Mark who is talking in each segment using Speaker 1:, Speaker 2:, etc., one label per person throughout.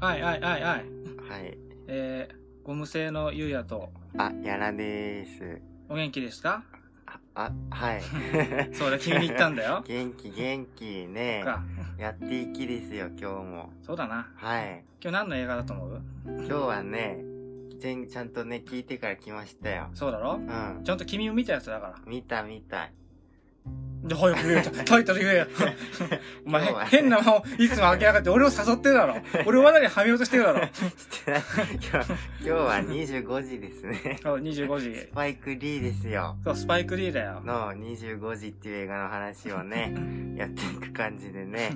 Speaker 1: はいはいはいはい。
Speaker 2: はい。
Speaker 1: えー、ゴム製のゆうやと、
Speaker 2: あ、やらです。
Speaker 1: お元気ですか
Speaker 2: あ、あ はい。。
Speaker 1: そうだ、君に言ったんだよ
Speaker 2: 元気元気ね。
Speaker 1: か
Speaker 2: やっていきですよ、今日も。
Speaker 1: そうだな。
Speaker 2: はい。
Speaker 1: 今日何の映画だと思う
Speaker 2: 今日はね、全ちゃんとね、聞いてから来ましたよ。
Speaker 1: そうだろ
Speaker 2: うん。
Speaker 1: ちゃんと君を見たやつだから。
Speaker 2: 見た見た。
Speaker 1: で、早く言えよ。 タイトル言えよ。お前、
Speaker 2: 今日はね
Speaker 1: 変な間をいつも明け上がって俺を誘ってる だろ。俺を罠にはめようとしてるだろ。
Speaker 2: してない。 今日、今日は25時ですね。
Speaker 1: そう25
Speaker 2: ス
Speaker 1: 時。
Speaker 2: パイク・リーですよ。
Speaker 1: そう、スパイクリーだよ。
Speaker 2: の25時っていう映画の話をね、 やっていく感じでね。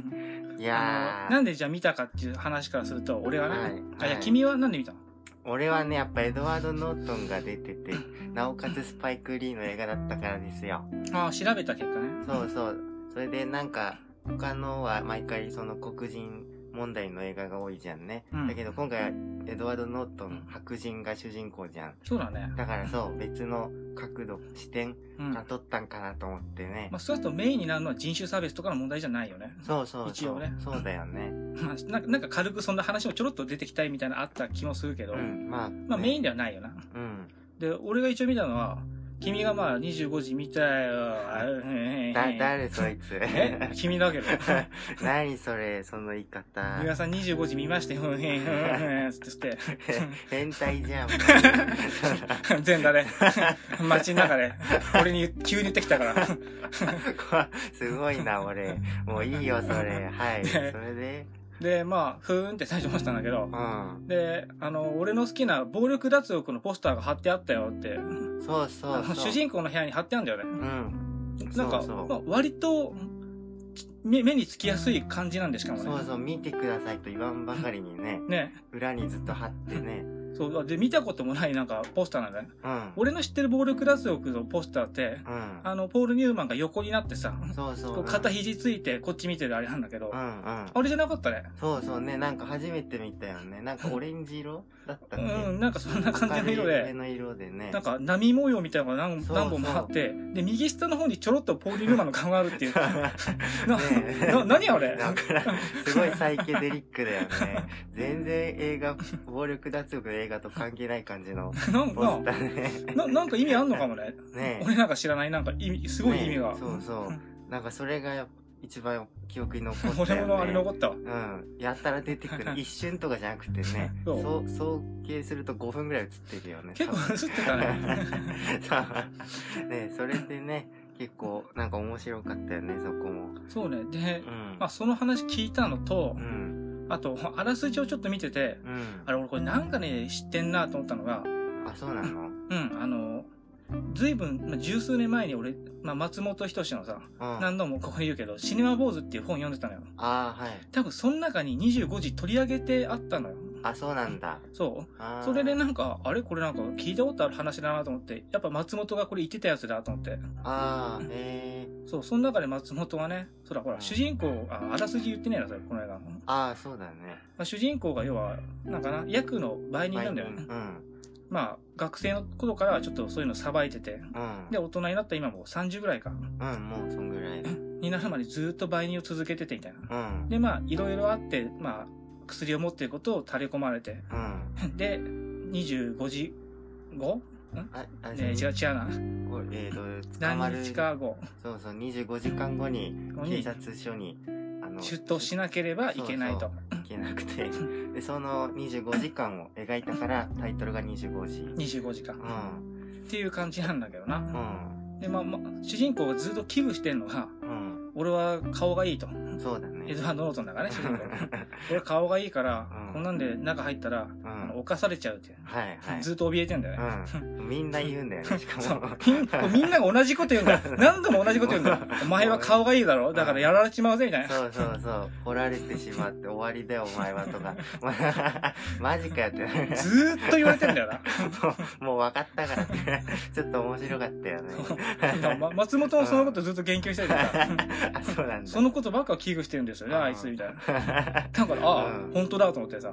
Speaker 2: いや
Speaker 1: あの
Speaker 2: ー。
Speaker 1: なんでじゃあ見たかっていう話からすると、俺はね、
Speaker 2: はい
Speaker 1: あ、いや、
Speaker 2: はい
Speaker 1: 君はなんで見たの
Speaker 2: 俺はね、やっぱエドワード・ノートンが出てて、なおかつスパイク・リーの映画だったからですよ。
Speaker 1: ああ、調べた結果ね。
Speaker 2: そうそう。それでなんか、他のは毎回その黒人問題の映画が多いじゃんね。
Speaker 1: うん
Speaker 2: だけど今回はエドワード・ノートン、白人が主人公じゃん。
Speaker 1: そうだね。
Speaker 2: だからそう、別の角度、視点
Speaker 1: うん。
Speaker 2: が撮ったんかなと思ってね
Speaker 1: まあ、。そうするとメインになるのは人種差別とかの問題じゃないよね。
Speaker 2: そうそうそう。
Speaker 1: 一応ね
Speaker 2: そうだよね。
Speaker 1: まあ、なんかなんか軽くそんな話もちょろっと出てきたいみたいなのあった気もするけど、
Speaker 2: うん。まあ、
Speaker 1: まあメイン
Speaker 2: ン
Speaker 1: ではないよな。
Speaker 2: うん。
Speaker 1: で、俺が一応見たのは、君がまあ25時見たよ。あうん
Speaker 2: だ、誰そいつ。
Speaker 1: え君だけど。
Speaker 2: 何それ、その言い方
Speaker 1: 三。輪さん25時見ましたよ。うんうんうんうんつってして。
Speaker 2: 変態じゃん。
Speaker 1: 全 裸で。街の中で。俺に急に言ってきたから。
Speaker 2: すごいな、俺。もういいよ、それ。はい。それで、
Speaker 1: で、まあ、ふーんって最初思ってたんだけど
Speaker 2: う、ん。
Speaker 1: で、あの、俺の好きな暴力脱獄のポスターが貼ってあったよって、
Speaker 2: そうそうそう。
Speaker 1: 主人公の部屋に貼ってあるんだよね。
Speaker 2: うん。
Speaker 1: なんか、
Speaker 2: そうそう
Speaker 1: まあ、割とち目目につきやすい感じなんでしかもね。
Speaker 2: そうそう、見てくださいと言わんばかりにね、
Speaker 1: ね。
Speaker 2: 裏にずっと貼ってね。
Speaker 1: そう。で、見たこともないなんかポスターなんだよね。
Speaker 2: うん。
Speaker 1: 俺の知ってる暴力脱獄のポスターって、
Speaker 2: うん。
Speaker 1: あの、ポール・ニューマンが横になってさ、
Speaker 2: そうそう。
Speaker 1: こう
Speaker 2: うん
Speaker 1: 肩肘ついてこっち見てるあれなんだけど、
Speaker 2: うんうん。
Speaker 1: あれじゃなかったね。
Speaker 2: そうそうね、なんか初めて見たよね。なんかオレンジ色だったっけ
Speaker 1: うん、なんかそんな感じの色
Speaker 2: 明るい
Speaker 1: で、
Speaker 2: の色でね。
Speaker 1: なんか波模様みたいなのが何
Speaker 2: そうそう
Speaker 1: 何本もあって、で、右下の方にちょろっとポール・ニューマンの顔がある っていう。な
Speaker 2: ねえ、
Speaker 1: な何あれ
Speaker 2: だからん、すごいサイケデリックだ よね。全然映画、暴力脱獄の映画と関係ない感じの
Speaker 1: なん
Speaker 2: ポスタ
Speaker 1: か、
Speaker 2: ーね。
Speaker 1: ななんか意味あんのかもね。
Speaker 2: ね
Speaker 1: 俺なんか知らない、なんか意味、すごい意味が。
Speaker 2: ねそうそうなんかそれがやっぱ一番記憶に残ったよ、ね。
Speaker 1: 俺もあれ残ったわ。
Speaker 2: うん。やったら出てくる。 一瞬とかじゃなくてね。
Speaker 1: そう
Speaker 2: そう、総計すると5分ぐらい映ってるよね。
Speaker 1: 結構映ってたね。
Speaker 2: そうねそれでね、結構なんか面白かったよね、そこも。
Speaker 1: そうね。で、
Speaker 2: うん。
Speaker 1: まあその話聞いたのと
Speaker 2: う、ん。
Speaker 1: あと、あらすじをちょっと見てて、
Speaker 2: うん。
Speaker 1: あれ俺これなんかね、知ってんなと思ったのが、
Speaker 2: あ、そうなのうん。
Speaker 1: うん、あの、ずいぶん、まあ、十数年前に俺、まあ、松本人志のさ、
Speaker 2: あ
Speaker 1: 何度もここで言うけど、シネマ坊主っていう本読んでたのよ。
Speaker 2: あー、はい。
Speaker 1: 多分その中に25時取り上げてあったのよ。
Speaker 2: あ、そうなんだ。
Speaker 1: そう。
Speaker 2: あー
Speaker 1: それでなんか、あれこれなんか聞いたことある話だなと思って、やっぱ松本がこれ言ってたやつだと思って。
Speaker 2: ああ、ええ
Speaker 1: そう、その中で松本はね、そらほら、主人公、あ、あらすじ言ってねえな、それ、この映画の。ま
Speaker 2: ああ、そうだね。
Speaker 1: あ、主人公が要は、なんかな、役の売人なんだよ
Speaker 2: う
Speaker 1: ね。
Speaker 2: ん。
Speaker 1: まあ、学生の頃からちょっとそういうのさばいてて、
Speaker 2: うん。
Speaker 1: で、大人になった今もう30ぐらいか、
Speaker 2: うん、もうそんぐらい。うん。
Speaker 1: になるまでずっと売人を続けててみたいな。で、まあ、いろいろあって、まあ、薬を持ってることを垂れ込まれて、
Speaker 2: うん。
Speaker 1: で、25時 5?
Speaker 2: あ、あ、
Speaker 1: ね違う違うな。
Speaker 2: これえーと、捕ま
Speaker 1: 何
Speaker 2: る。
Speaker 1: 日か後
Speaker 2: そうそう、25時間後に警
Speaker 1: に
Speaker 2: 察署に、あの、
Speaker 1: 出頭しなければいけないと。
Speaker 2: いけなくて、で、その25時間を描いたから、タイトルが25時。
Speaker 1: 25時
Speaker 2: う
Speaker 1: 間。
Speaker 2: ん。
Speaker 1: っていう感じなんだけどな。
Speaker 2: うん。
Speaker 1: で、まあ、まあ、主人公がずっと危惧してんのが、
Speaker 2: うん。
Speaker 1: 俺は顔がいいと。
Speaker 2: そうだね。
Speaker 1: エドワード・ノートンだからね、主 人公。俺は顔がいいから、
Speaker 2: うん
Speaker 1: こんなんで中入ったら、
Speaker 2: う
Speaker 1: あの
Speaker 2: ん。
Speaker 1: 犯されちゃうっていう。
Speaker 2: はいはい。
Speaker 1: ずっと怯えてんだよね。
Speaker 2: うん。みんな言うんだよね、しか
Speaker 1: そう
Speaker 2: も。
Speaker 1: みんみんなが同じこと言うん だよ。何度も同じこと言うんだよ。お前は顔がいいだろだからやられちまうぜ、みたいな。
Speaker 2: そうそうそう。掘られてしまって終わりだよ、お前は とか。まマジかよって。
Speaker 1: ずーっと言われてんだよ な。
Speaker 2: もうもう分かったからって。ちょっと面白かったよね。
Speaker 1: ま松本もそのことずっと言及してるから、
Speaker 2: あ、そうなんだ。
Speaker 1: そのことばっか危惧してるんです よね、あいつみたいな。だから、ああ、
Speaker 2: うん
Speaker 1: 本当だと思ってさ
Speaker 2: う、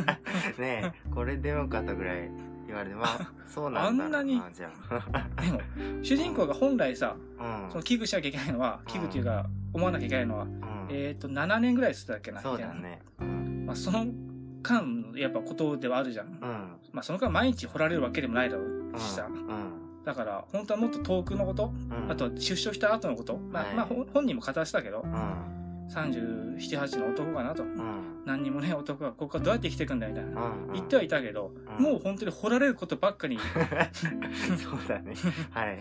Speaker 2: ん。ねえ、これでよかったぐらい言われて、まあ、そうなんだろう。
Speaker 1: あんなに
Speaker 2: じゃあ。
Speaker 1: でも、主人公が本来さ、
Speaker 2: うん
Speaker 1: その危惧しなきゃいけないのは、危惧っていうか、思わなきゃいけないのは、
Speaker 2: うん。
Speaker 1: えっ、と、7年ぐらいしてたっけな、
Speaker 2: そうだね。うん
Speaker 1: まあ、その間のやっぱことではあるじゃん。
Speaker 2: うん。
Speaker 1: まあその間毎日掘られるわけでもないだろう
Speaker 2: うん
Speaker 1: しさ
Speaker 2: う。ん。
Speaker 1: だから本当はもっと遠くのこと、
Speaker 2: うん
Speaker 1: あとは出所した後のこと、ま
Speaker 2: は
Speaker 1: あ
Speaker 2: い
Speaker 1: まあほん本人も語らせたけど
Speaker 2: う、ん。
Speaker 1: 37、8の男かなと。
Speaker 2: うん。
Speaker 1: 何にもね男がここからどうやって生きていくんだみたいな。
Speaker 2: うん。
Speaker 1: 言ってはいたけど、
Speaker 2: うん
Speaker 1: もう本当に掘られることばっかり
Speaker 2: そうだね。はい。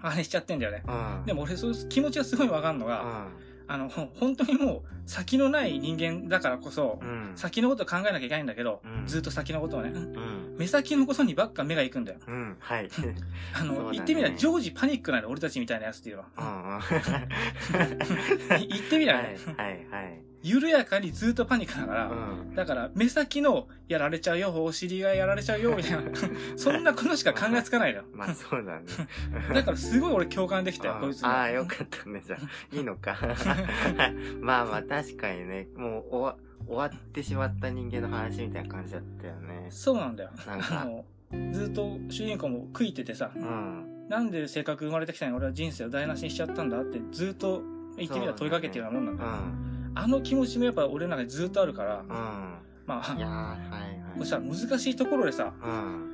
Speaker 1: あれしちゃってんだよね。
Speaker 2: うん。
Speaker 1: でも俺そういう気持ちがすごいわかるの
Speaker 2: う
Speaker 1: が、
Speaker 2: ん。
Speaker 1: あの、ほ本当にもう先のない人間だからこそ、
Speaker 2: うん。
Speaker 1: 先のこと考えなきゃいけないんだけど、
Speaker 2: うん
Speaker 1: ずっと先のことをね、
Speaker 2: うん。
Speaker 1: 目先のことにばっか目が行くんだよ。
Speaker 2: うん。 はい。
Speaker 1: あ
Speaker 2: そうだ
Speaker 1: の、
Speaker 2: ね
Speaker 1: 言ってみたら常時パニックなの、俺たちみたいなやつっていうの
Speaker 2: うん。
Speaker 1: は。
Speaker 2: はい
Speaker 1: 言ってみ
Speaker 2: い。
Speaker 1: た
Speaker 2: は
Speaker 1: ら
Speaker 2: い
Speaker 1: ね、。
Speaker 2: はい。
Speaker 1: 緩やかにずっとパニックだか
Speaker 2: う
Speaker 1: ら、
Speaker 2: ん。
Speaker 1: だから目先のやられちゃうよ、お尻がやられちゃうよ、みたいな、 そんなことしか考えつかないのよ。
Speaker 2: まあそう だね。
Speaker 1: だからすごい俺共感できたよ、こいつに
Speaker 2: ああ、よかったね。じゃあ、いいの か。まあまあ、確かにね、もう終わ、終わってしまった人間の話みたいな感じだったよね。
Speaker 1: そうなんだよ。
Speaker 2: なん
Speaker 1: あ
Speaker 2: か、
Speaker 1: の、ずっと主人公も悔いててさ
Speaker 2: う、ん。
Speaker 1: なんで性格生まれてきたのに俺は人生を台無しにしちゃったんだってずっと言ってみたら問いかけてるようなもんなん
Speaker 2: う
Speaker 1: だよ
Speaker 2: ん。
Speaker 1: あの気持ちもやっぱ俺の中にずっとあるから、
Speaker 2: うん。
Speaker 1: まあ
Speaker 2: いやー、、はいはい。
Speaker 1: こうさ、難しいところでさ、
Speaker 2: うん。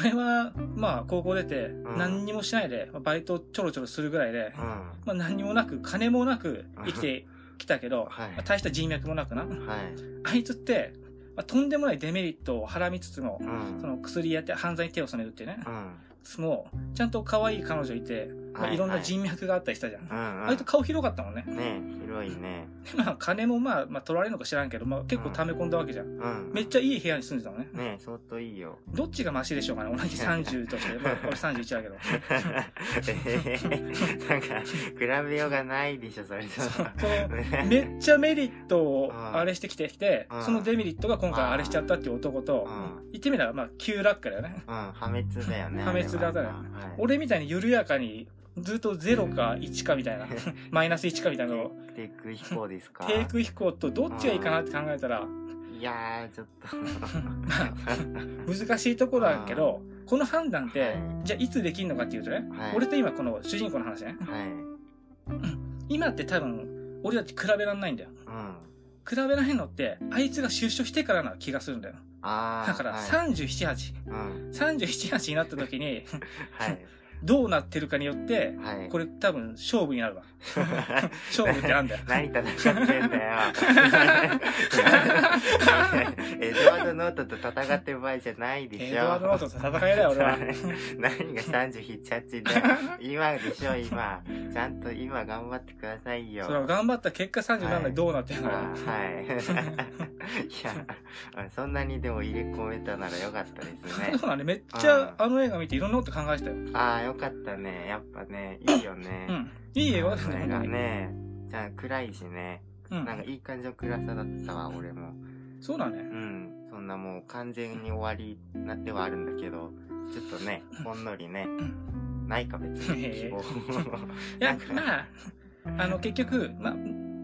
Speaker 1: 俺は、まあ、高校出て、
Speaker 2: ん
Speaker 1: 何にもしないで、まあバイトちょろちょろするぐらいで
Speaker 2: う、ん。
Speaker 1: まあ、何にもなく、金もなく生きてきたけど、
Speaker 2: はい
Speaker 1: まあ大した人脈もなくな。
Speaker 2: はい。
Speaker 1: あいつって、まあ、とんでもないデメリットをはらみつつも
Speaker 2: う、ん。
Speaker 1: その薬やって犯罪に手を染めるっていうね
Speaker 2: う。ん。
Speaker 1: その、ちゃんと可愛い彼女いて、ま
Speaker 2: は
Speaker 1: あ、いろんな人脈があったりしたじゃん。
Speaker 2: うん。
Speaker 1: あいつ顔広かったもんね。
Speaker 2: うん。ね広いね。
Speaker 1: でまあ、金もまあ、まあ、取られるのか知らんけど、まあ、結構溜め込んだわけじゃん。
Speaker 2: うん。
Speaker 1: めっちゃいい部屋に住んでたのね。
Speaker 2: ね 相当いいよ。
Speaker 1: どっちがマシでしょうかね同じ30と して。まあ、俺31だけど。
Speaker 2: えーなんか、比べようがないでしょ、それじゃ。
Speaker 1: そうめっちゃメリットをあれしてきてきて
Speaker 2: うん、
Speaker 1: そのデメリットが今回あれしちゃったっていう男と
Speaker 2: う、ん。
Speaker 1: 言ってみれば、まあ、急落下だよね。
Speaker 2: うん、破滅だよね。
Speaker 1: 破滅だ
Speaker 2: あ
Speaker 1: ね
Speaker 2: れははい、
Speaker 1: 俺みたいに緩やかに、ずっと0か1かみたいな、 マイナス1かみたいなのを、
Speaker 2: テイク飛行ですか
Speaker 1: 低空飛行とどっちがいいかなって考えたら、
Speaker 2: いやー、ちょっ と。
Speaker 1: 難しいところだけど、この判断って
Speaker 2: は、
Speaker 1: じゃあいつできるのかっていうとね
Speaker 2: はい、
Speaker 1: 俺と今この主人公の話ね、
Speaker 2: はい。うん。
Speaker 1: 今って多分、俺たち比べらんないんだよ。比べらへんのって、あいつが出所してからな気がするんだよ。
Speaker 2: あー。
Speaker 1: だから
Speaker 2: はい、
Speaker 1: 37、8。
Speaker 2: うん。
Speaker 1: 37、8になった時に、
Speaker 2: はい。
Speaker 1: どうなってるかによって、
Speaker 2: はい。
Speaker 1: こ
Speaker 2: れ、。
Speaker 1: れ多分勝負になるわ。勝負ってなんだよ
Speaker 2: 何戦ってん だよ。エドワード・ノートと戦ってる場合じゃないでしょ。
Speaker 1: エドワード・ノートと戦いだよ、俺は。
Speaker 2: 何が37、8だよ。今でしょ、今。ちゃんと今頑張ってくださいよ。
Speaker 1: それは頑張った結果37でどうなってるの
Speaker 2: あ
Speaker 1: か。
Speaker 2: はい。 いや、そんなにでも入れ込めたならよかったですね
Speaker 1: そ。うなんで、めっちゃあの映画見ていろんなこと考えてたよ。
Speaker 2: ああ、よかったね。やっぱね、いいよね。
Speaker 1: うん。いい映画だった
Speaker 2: ね。
Speaker 1: ね、
Speaker 2: が
Speaker 1: 本当に。
Speaker 2: ね、じゃあ暗いしね。
Speaker 1: う
Speaker 2: なんか
Speaker 1: ん。
Speaker 2: いい感じの暗さだったわ、俺も。
Speaker 1: そうだね
Speaker 2: う。ん。そんなもう完全に終わりなってはあるんだけど、ちょっ とね、ほんのりね、ないか別に希望。
Speaker 1: いや、まあ、あの、結局、まあ、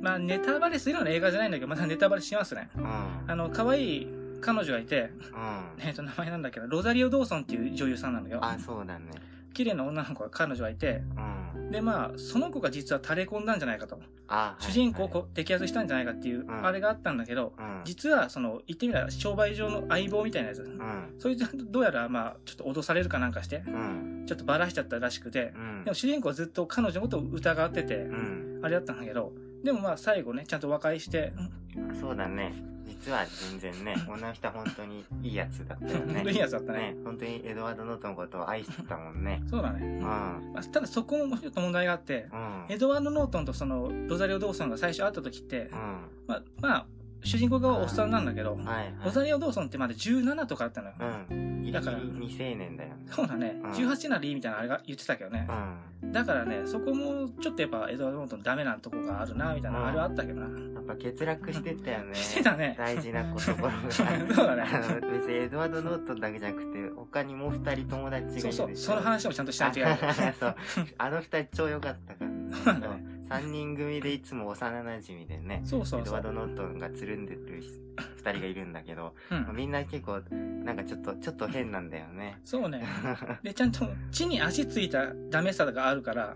Speaker 1: まあ、ネタバレするような映画じゃないんだけど、まだネタバレしますね。
Speaker 2: うん。
Speaker 1: あの、可愛い彼女がいて、
Speaker 2: うん。
Speaker 1: えっと、名前なんだっけど、ロザリオ・ドーソンっていう女優さんなのよ。
Speaker 2: あ、そうだね。
Speaker 1: 綺麗な女の子が彼女がいて、
Speaker 2: うん。
Speaker 1: で、まあ、その子が実は垂れ込んだんじゃないかと。
Speaker 2: あ、
Speaker 1: 主人公を
Speaker 2: はい
Speaker 1: こう摘発したんじゃないかっていう、
Speaker 2: ん
Speaker 1: あれがあったんだけど、
Speaker 2: はいうん。
Speaker 1: 実は、その、言ってみたら、商売上の相棒みたいなやつ。
Speaker 2: うん。
Speaker 1: そいつはどうやら、まあ、ちょっと脅されるかなんかして、
Speaker 2: うん。
Speaker 1: ちょっとバラしちゃったらしくて
Speaker 2: う、ん
Speaker 1: でも。主人公はずっと彼女のことを疑ってて、
Speaker 2: うん。
Speaker 1: あれだったんだけど、でもまあ最後ね、ちゃんと和解して、
Speaker 2: そうだね。実は全然ね、女の人は本当にいいやつだったよね。
Speaker 1: 本当にいいやつだったね。
Speaker 2: ね、本当にエドワード・ノートのことを愛してたもんね。
Speaker 1: そうだ
Speaker 2: う
Speaker 1: ね。
Speaker 2: ん。う
Speaker 1: ま
Speaker 2: ん。
Speaker 1: あただそこもちょっと問題があって、
Speaker 2: うん。
Speaker 1: エドワード・ノートンとそのロザリオ・ドーソンが最初会った時って
Speaker 2: う、ん。
Speaker 1: まあ、まあ、主人公側はおっさんなんだけど、
Speaker 2: はい、はい。
Speaker 1: ロザリオ・ドーソンってまだ17とかあったのよ。
Speaker 2: うん。ギリギリ
Speaker 1: だから
Speaker 2: 未成年だよね。
Speaker 1: そうだね。
Speaker 2: うん
Speaker 1: 18ならいいみたいなあれが言ってたけどね
Speaker 2: う。ん。
Speaker 1: だからね、そこもちょっとやっぱエドワード・ノートンダメなとこがあるな、みたい
Speaker 2: うん
Speaker 1: な、あれはあったけどな。
Speaker 2: やっぱ欠落してったよ ね。
Speaker 1: してたね。
Speaker 2: 大事なこところが。
Speaker 1: そうだね
Speaker 2: あの別にエドワード・ノートンだけじゃなくて、他にも二人友達がいるでし
Speaker 1: そ
Speaker 2: ょ。
Speaker 1: うそう、その話もちゃんとしないといけない。
Speaker 2: あそう。あの二人超良かったから。
Speaker 1: そうだね
Speaker 2: 3人組でいつも幼馴染でね、
Speaker 1: そうそ
Speaker 2: エ
Speaker 1: う
Speaker 2: ド
Speaker 1: そ
Speaker 2: ワー
Speaker 1: う。
Speaker 2: ド・ノートンがつるんでる2人がいるんだけど、
Speaker 1: うん。
Speaker 2: みんな結構なんかちょっとちょっと変なんだよね
Speaker 1: そうね。で、ちゃんと地に足ついたダメさがあるから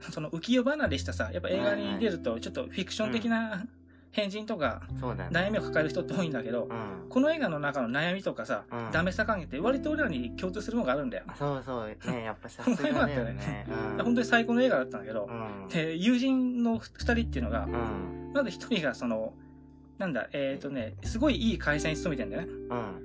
Speaker 2: う、ん
Speaker 1: その浮世離れしたさ、やっぱ映画に出ると、ちょっとフィクション的な変人とか
Speaker 2: そうだね。
Speaker 1: 悩みを抱える人って多いんだけど
Speaker 2: う、ん。
Speaker 1: この映画の中の悩みとかさ、
Speaker 2: うん
Speaker 1: ダメさ関係って割と俺らに共通するものがあるんだよ。
Speaker 2: そうそう。ねやっぱさすが だよね。うん。
Speaker 1: 本当に最高の映画だったんだけど
Speaker 2: う、ん。
Speaker 1: で、友人の二人っていうのが
Speaker 2: う、ん。
Speaker 1: まず一人がその、なんだ、えっ、とね、すごいいい会社に勤めてんだよね。
Speaker 2: うん。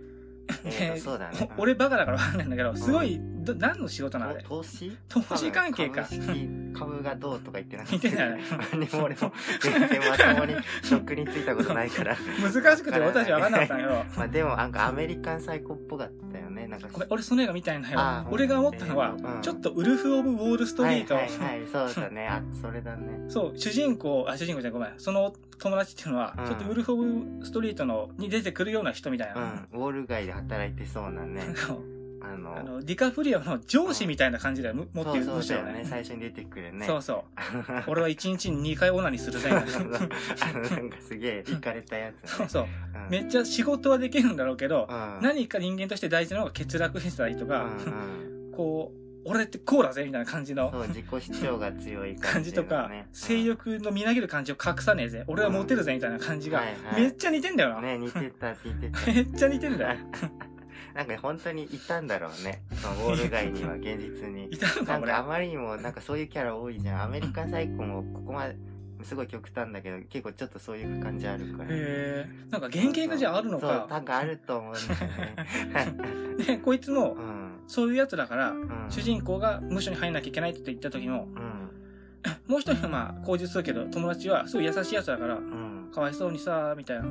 Speaker 2: え
Speaker 1: で
Speaker 2: ーと、そうだね。
Speaker 1: お 俺バカだからわかんないんだけど、すごい、ど何の仕事なのあれ
Speaker 2: と、投資
Speaker 1: 投資関係か
Speaker 2: 株。式株がどうとか言ってな
Speaker 1: 言ってたよね
Speaker 2: でも俺も全然まともに職に就いたことない から。
Speaker 1: 難しくて私は分かんなかったんだけど、
Speaker 2: まあでもなんかアメリカンサイコっぽかったよね。なんか
Speaker 1: ごめん、俺その映画見たいんだよ
Speaker 2: あ。ー
Speaker 1: 俺が思ったのは
Speaker 2: う、ん
Speaker 1: ちょっとウルフ・オブ・ウォール・ストリート、
Speaker 2: はいはいはい、そう だね。あ、それだね。
Speaker 1: そう、主人公、あ、主人公じゃないごめん、その友達っていうのは
Speaker 2: う、ん
Speaker 1: ちょっとウルフ・オブ・ストリートの、に出てくるような人みたいうな。
Speaker 2: ん。ウォール街で働いてそうなね。
Speaker 1: そう
Speaker 2: あの、
Speaker 1: あの、ディカプリオの上司みたいな感じでむ持ってる、
Speaker 2: そう
Speaker 1: むし
Speaker 2: そうだ
Speaker 1: ろ
Speaker 2: よね。
Speaker 1: ね。
Speaker 2: 最初に出てくるね。
Speaker 1: そうそう。俺は一日に2回オナニーする ぜ。みたいな
Speaker 2: あのなんかすげえ、いかれたやつ、ね。
Speaker 1: そうそう。
Speaker 2: うん
Speaker 1: めっちゃ仕事はできるんだろうけど、
Speaker 2: うん
Speaker 1: 何か人間として大事なのが欠落したりと
Speaker 2: う
Speaker 1: か、
Speaker 2: んうん
Speaker 1: こう、俺ってこうだぜみたいな感じ
Speaker 2: そ
Speaker 1: の
Speaker 2: う、自己主張が強い
Speaker 1: 感
Speaker 2: 感じ、
Speaker 1: じとか、性。欲のみなぎる感じを隠さねえぜ。俺はモテるぜみたいな感じが
Speaker 2: はい、はい
Speaker 1: めっちゃ似てんだよな。
Speaker 2: ね、似てた、似てた。
Speaker 1: めっちゃ似てんだよ。
Speaker 2: なんか本当にいたんだろうね。そのウォール街には現実に。
Speaker 1: いたの
Speaker 2: な
Speaker 1: か
Speaker 2: ん
Speaker 1: 俺
Speaker 2: かあ。まりにもなんかそういうキャラ多いじゃん。アメリカンサイコもここまですごい極端だけど、結構ちょっとそういう感じあるから。
Speaker 1: へえ。なんか原型がじゃああるの
Speaker 2: そう、な
Speaker 1: か。
Speaker 2: んかあると思うんだよね。
Speaker 1: で、こいつも
Speaker 2: う、ん。
Speaker 1: そういうやつだから、
Speaker 2: うん
Speaker 1: 主人公が無所に入んなきゃいけないって言った時の、
Speaker 2: うん。
Speaker 1: もう一人はまあ、口述するけど、友達はすごい優しいやつだから、
Speaker 2: うん。
Speaker 1: かわいそうにさ、みたいな。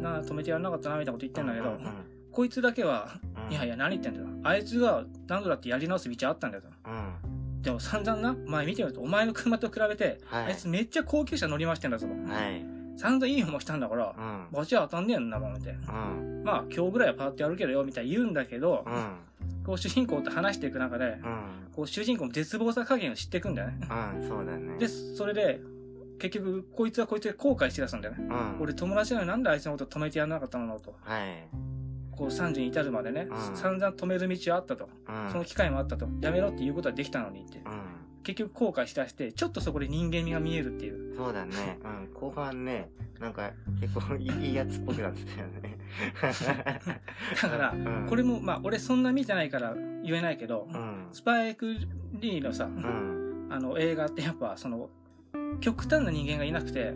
Speaker 1: なあ、止めてやらなかったな、みたいなこと言ってんだけ
Speaker 2: う
Speaker 1: ど、
Speaker 2: ん
Speaker 1: こいつだけは、
Speaker 2: うん
Speaker 1: いやいや、何言ってんだよ。あいつが何度だってやり直す道あったんだよ。
Speaker 2: うん。
Speaker 1: でも散々な、前見てみると、お前の車と比べて、
Speaker 2: はい。
Speaker 1: あいつめっちゃ高級車乗りましてんだぞ。
Speaker 2: はい。
Speaker 1: 散々いい思いしたんだから
Speaker 2: う、ん。
Speaker 1: バチは当たんねえんなもん、みたいな。
Speaker 2: うん。
Speaker 1: まあ、今日ぐらいはパーってやるけどよ、みたいな言うんだけど
Speaker 2: う、ん。
Speaker 1: こう主人公と話していく中で、
Speaker 2: うん。
Speaker 1: こう主人公の絶望さ加減を知っていくんだよね。
Speaker 2: うん。そうだね。
Speaker 1: で、それで、結局、こいつはこいつで後悔しだすんだよね。
Speaker 2: うん。
Speaker 1: 俺友達なのになんであいつのこと止めてやらなかったのと。
Speaker 2: はい。
Speaker 1: こう30に至るまでね、
Speaker 2: うん
Speaker 1: 散々止める道はあったと。
Speaker 2: うん。
Speaker 1: その機会もあったと。やめろっていうことはできたのにって
Speaker 2: う。ん。
Speaker 1: 結局後悔しだして、ちょっとそこで人間味が見えるっていう。
Speaker 2: そうだね。うん。後半ね、なんか結構いいいいやつっぽくなってたよね。
Speaker 1: だから
Speaker 2: う、ん
Speaker 1: これも、まあ俺そんな見てないから言えないけど
Speaker 2: う、ん。
Speaker 1: スパイク・リーのさ、
Speaker 2: うん。
Speaker 1: あの映画ってやっぱその、極端な人間がいなくて、
Speaker 2: はい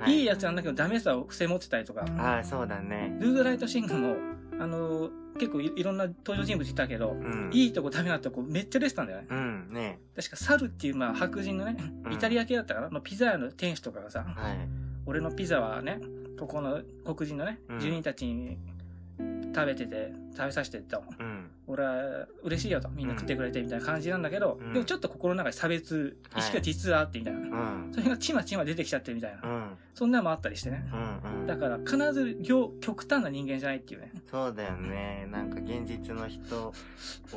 Speaker 2: はい。
Speaker 1: いいやつなんだけどダメさを癖持ってたりとか、
Speaker 2: ああ、そうだね。
Speaker 1: ルードライトシングも、あの、結構いいろんな登場人物いたけど
Speaker 2: う、ん。い。
Speaker 1: いいとこダメなとこめっちゃ出てたんだよね。
Speaker 2: うん。ね。
Speaker 1: 確かサルっていうまあ白人のね、
Speaker 2: うん
Speaker 1: イタリア系だったかなのピザ屋の店主とかがさ、
Speaker 2: はい。
Speaker 1: 俺のピザはね、ここの黒人のね
Speaker 2: う、ん
Speaker 1: 住人たちに食べてて、食べさせてと。
Speaker 2: うん。
Speaker 1: 俺は嬉しいよと。みんな食ってくれてみたいな感じなんだけど、
Speaker 2: うん
Speaker 1: でもちょっと心の中で差別意識が実はあってみたいな。
Speaker 2: うん。
Speaker 1: それがちまちま出てきちゃってみたいな。
Speaker 2: うん。
Speaker 1: そんなのもあったりしてね。
Speaker 2: うん。うん。
Speaker 1: だから必ず両極端な人間じゃないっていうね。
Speaker 2: そうだよね。なんか現実の人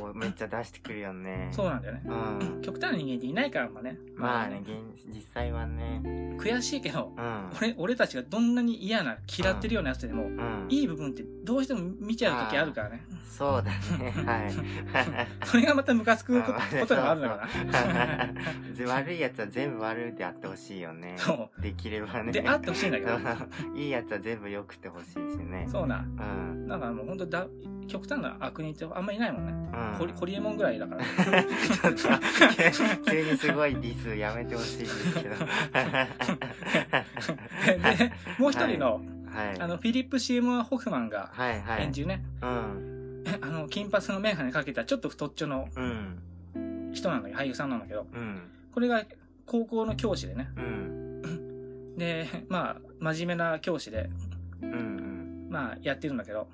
Speaker 2: をめっちゃ出してくるよね。
Speaker 1: そうなんだよね。
Speaker 2: うん。
Speaker 1: 極端な人間っていないからまあね。
Speaker 2: まあね、現実際はね。
Speaker 1: 悔しいけど、
Speaker 2: うん。
Speaker 1: 俺、俺たちがどんなに嫌な、嫌ってるようなやつでも、
Speaker 2: うん。
Speaker 1: いい部分ってどうしても見ちゃう時あるからね。
Speaker 2: そうだ ね。はい。
Speaker 1: それがまたムカつくことことがあるのかな。
Speaker 2: 悪いやつは全部悪いであってほしいよね。
Speaker 1: そ
Speaker 2: できればね。
Speaker 1: で、あってほしいんだけど。
Speaker 2: そう いいやつは全部良くてほしいしね。
Speaker 1: そうな。
Speaker 2: うん。
Speaker 1: だからもうほんとだ、極端な悪人ってあんまりいないもんね。
Speaker 2: うん。
Speaker 1: ホリホリエモンぐらいだから。
Speaker 2: ちょっと、急にすごいディスやめてほしいんですけど。
Speaker 1: で、もう一人の、
Speaker 2: はい。
Speaker 1: あの、フィリップ・シーモア・ホフマンが
Speaker 2: はいは
Speaker 1: 演
Speaker 2: い。
Speaker 1: じるね、
Speaker 2: うん。
Speaker 1: あの、金髪のメガネかけたちょっと太っちょの
Speaker 2: うん。
Speaker 1: 人なんだけど、俳優さんなんだけど、
Speaker 2: うん。
Speaker 1: これが高校の教師でね。
Speaker 2: うん。
Speaker 1: で、まあ、真面目な教師で、
Speaker 2: うん。
Speaker 1: まあ、やってるんだけど、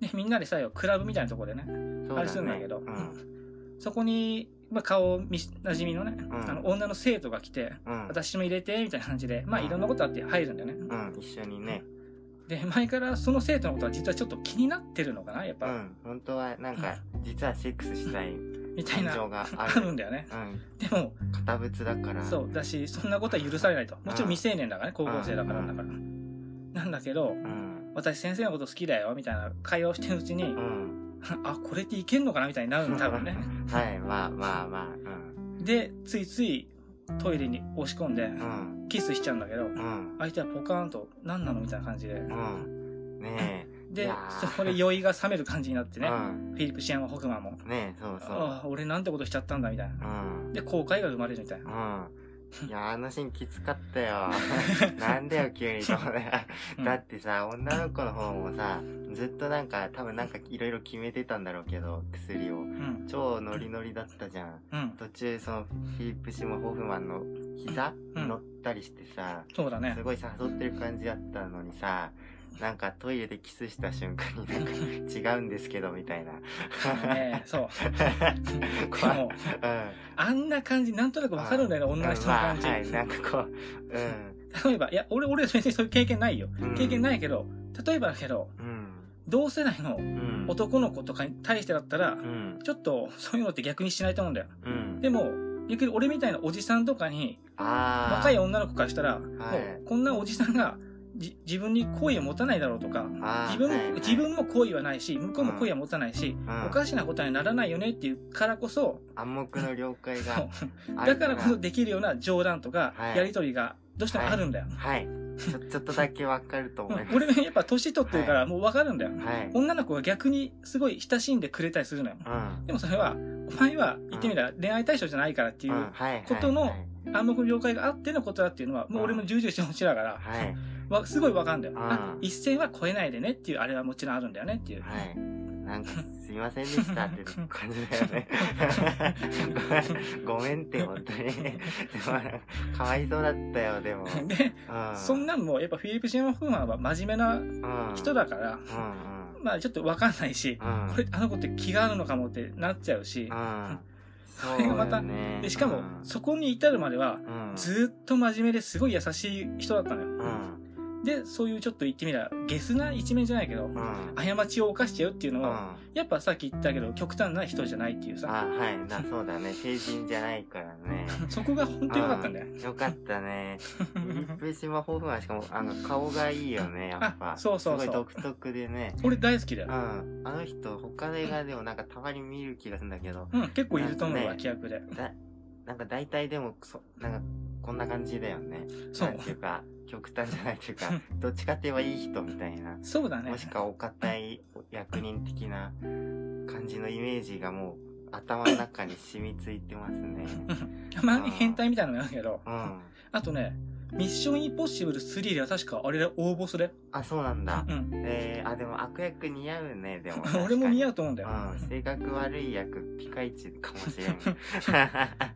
Speaker 1: で、みんなで最後、クラブみたいなところでね、
Speaker 2: そう
Speaker 1: あれ
Speaker 2: だね
Speaker 1: するんだけど、
Speaker 2: うん。
Speaker 1: そこに、まあ、顔見しなじみのね、
Speaker 2: ん
Speaker 1: あの女の生徒が来て、
Speaker 2: うん。
Speaker 1: 私も入れて、みたいな感じで、まあ
Speaker 2: うん
Speaker 1: いろんなことあって入るんだよね。
Speaker 2: うん。一緒にね。
Speaker 1: で、前からその生徒のことは実はちょっと気になってるのかな、やっ
Speaker 2: う
Speaker 1: ぱ、
Speaker 2: ん。本当は、なんか、実はセックスしたい
Speaker 1: みたい
Speaker 2: 感
Speaker 1: な、
Speaker 2: 情
Speaker 1: あ
Speaker 2: がある。
Speaker 1: るんだよね。
Speaker 2: うん。
Speaker 1: でも、
Speaker 2: 堅物だから。
Speaker 1: そう、だし、そんなことは許されないと。もちろん未成年だからね、高校生だから
Speaker 2: うん
Speaker 1: だから。なんだけど、
Speaker 2: うん。
Speaker 1: 私先生のこと好きだよ、みたいな会話をしてるうちに
Speaker 2: う、ん。
Speaker 1: あ、これっていけんのかな、みたいになるの、多分ね。
Speaker 2: はい、まあまあまあ。うん。
Speaker 1: で、ついつい、トイレに押し込んで、
Speaker 2: うん。
Speaker 1: キスしちゃうんだけど、
Speaker 2: うん。
Speaker 1: 相手はポカーンと、何なのみたいな感じで。
Speaker 2: うん。ねい
Speaker 1: で
Speaker 2: や、
Speaker 1: そ
Speaker 2: ー
Speaker 1: こで酔いが冷める感じになって
Speaker 2: え。
Speaker 1: ね、
Speaker 2: う
Speaker 1: フ
Speaker 2: ん。
Speaker 1: ィリップ・シアンは北馬も、
Speaker 2: ねえ、そうそう。
Speaker 1: ああ、俺なんてことしちゃったんだ、みたいな。
Speaker 2: うん。
Speaker 1: で、後悔が生まれるみたいな。
Speaker 2: うん。いや、あのシーンきつかっ たよ。なんだよ、急にと思って。
Speaker 1: うん
Speaker 2: だってさ、女の子の方もさ、ずっとなんか、多分なんかいろいろ決めてたんだろうけど、薬を。
Speaker 1: うん。
Speaker 2: 超ノリノリだったじゃん。
Speaker 1: うん。
Speaker 2: 途中、その、フィリップ・シモン・ホフマンの膝、
Speaker 1: うん
Speaker 2: 乗ったりしてさ、
Speaker 1: そうだね
Speaker 2: す。ごい誘ってる感じだったのにさ、なんかトイレでキスした瞬間になんか違うんですけど、みたいな。
Speaker 1: ねえ、そう。で
Speaker 2: 怖い。
Speaker 1: も、
Speaker 2: うん。
Speaker 1: あんな感じ、なんとなくわかるんだよね、女の人の
Speaker 2: まあ
Speaker 1: 感じ。
Speaker 2: はい、なんかこう、うん。
Speaker 1: 例えば、いや、俺、俺は先生そういう経験ないよ
Speaker 2: うん。
Speaker 1: 経験ないけど、例えばだけど、
Speaker 2: うん。
Speaker 1: 同世代の
Speaker 2: うん。
Speaker 1: 男の子とかに対してだったら
Speaker 2: う、ん。
Speaker 1: ちょっとそういうのって逆にしないと思うんだよ。
Speaker 2: うん。
Speaker 1: でも、逆に俺みたいなおじさんとかに、
Speaker 2: ああ。
Speaker 1: 若い女の子からしたら、も
Speaker 2: いう
Speaker 1: こんなおじさんがじ自分に好意を持たないだろうとか、
Speaker 2: あー
Speaker 1: 自分,、
Speaker 2: はいはい
Speaker 1: 自分も好意はないし、向こうも好意は持たないし、
Speaker 2: うん
Speaker 1: おかしなことにならないよねっていうからこそ、
Speaker 2: 暗黙の了解が
Speaker 1: そ
Speaker 2: ある
Speaker 1: うだからこそできるような冗談とか
Speaker 2: は、い
Speaker 1: やりとりがどうしてもあるんだよ。
Speaker 2: はい。ちょ、ちょっとだけわかると
Speaker 1: う
Speaker 2: 思い
Speaker 1: ん
Speaker 2: ます。
Speaker 1: 俺やっぱ年取ってるからもうわかるんだよ。
Speaker 2: はい。
Speaker 1: 女の子が逆にすごい親しんでくれたりするのよ。
Speaker 2: うん。
Speaker 1: でもそれは、お前は言ってみたら恋愛対象じゃないからっていう
Speaker 2: うんはいはい
Speaker 1: ことの
Speaker 2: はい
Speaker 1: 暗黙の了解があってのことだっていうのは、もう俺も重々承知だから、
Speaker 2: はい。
Speaker 1: わすごいわかんだよ。
Speaker 2: うん
Speaker 1: あ一線は超えないでねっていうあれはもちろんあるんだよねっていう。
Speaker 2: はい。なんか、すいませんでしたって感じだよ ね。ごめんごめんって、本当に。 でもなんか、かわいそうだったよ、でも。
Speaker 1: で、
Speaker 2: う
Speaker 1: そん、なんもやっぱフィリップ・シェーマン・フーマンは真面目な
Speaker 2: うん
Speaker 1: 人。だから、
Speaker 2: うんうん。
Speaker 1: まあちょっとわかんないし、
Speaker 2: うん。
Speaker 1: これあの子って気があるのかもってなっちゃうし
Speaker 2: う、ん。
Speaker 1: それがまた
Speaker 2: そうよね
Speaker 1: でしかも
Speaker 2: うん
Speaker 1: そこに至るまでは、
Speaker 2: うん
Speaker 1: ずっと真面目ですごい優しい人だったのよ。
Speaker 2: うん。
Speaker 1: で、そういうちょっと言ってみれば、ゲスな一面じゃないけど、
Speaker 2: うん。
Speaker 1: 過ちを犯しちゃうっていうの
Speaker 2: う
Speaker 1: を、
Speaker 2: ん。
Speaker 1: やっぱさっき言ったけど、極端な人じゃないっていうさ、
Speaker 2: あ、はい。な、そうだね。成人じゃないからね。
Speaker 1: そこが本当に良かったんだよ。
Speaker 2: よかったね。 福島ホフマンしかも、あの、顔がいいよね、やっぱ。
Speaker 1: あそうそうそう
Speaker 2: すごい独特でね。
Speaker 1: 俺大好きだ
Speaker 2: う
Speaker 1: よ。
Speaker 2: ん。あの人、他の映画でもなんかたまに見る気がするんだ けど、
Speaker 1: うん、結構いると思う
Speaker 2: なんか
Speaker 1: わ、
Speaker 2: ね
Speaker 1: 規約で。
Speaker 2: だ、なんか大体でも、そ、なんか、こんな感じだよね。
Speaker 1: そ
Speaker 2: なん
Speaker 1: う
Speaker 2: て。いうか、極端じゃないというか、どっちかって言えばいい人みたいな。
Speaker 1: そうだね
Speaker 2: も。しかお堅い役人的な感じのイメージがもう頭の中に染みついてま すね。
Speaker 1: うんたまに変態みたいなのやるけど、
Speaker 2: うん。
Speaker 1: あとね、ミッションインポッシブル3では確かあれで応募する。
Speaker 2: あ、そうなんだ。
Speaker 1: うん。。
Speaker 2: えー、あ、でも悪役似合うね、でも
Speaker 1: 俺も似合う
Speaker 2: と
Speaker 1: と思うんだよ。
Speaker 2: うん、性格悪い役、ピカイチかもし れん。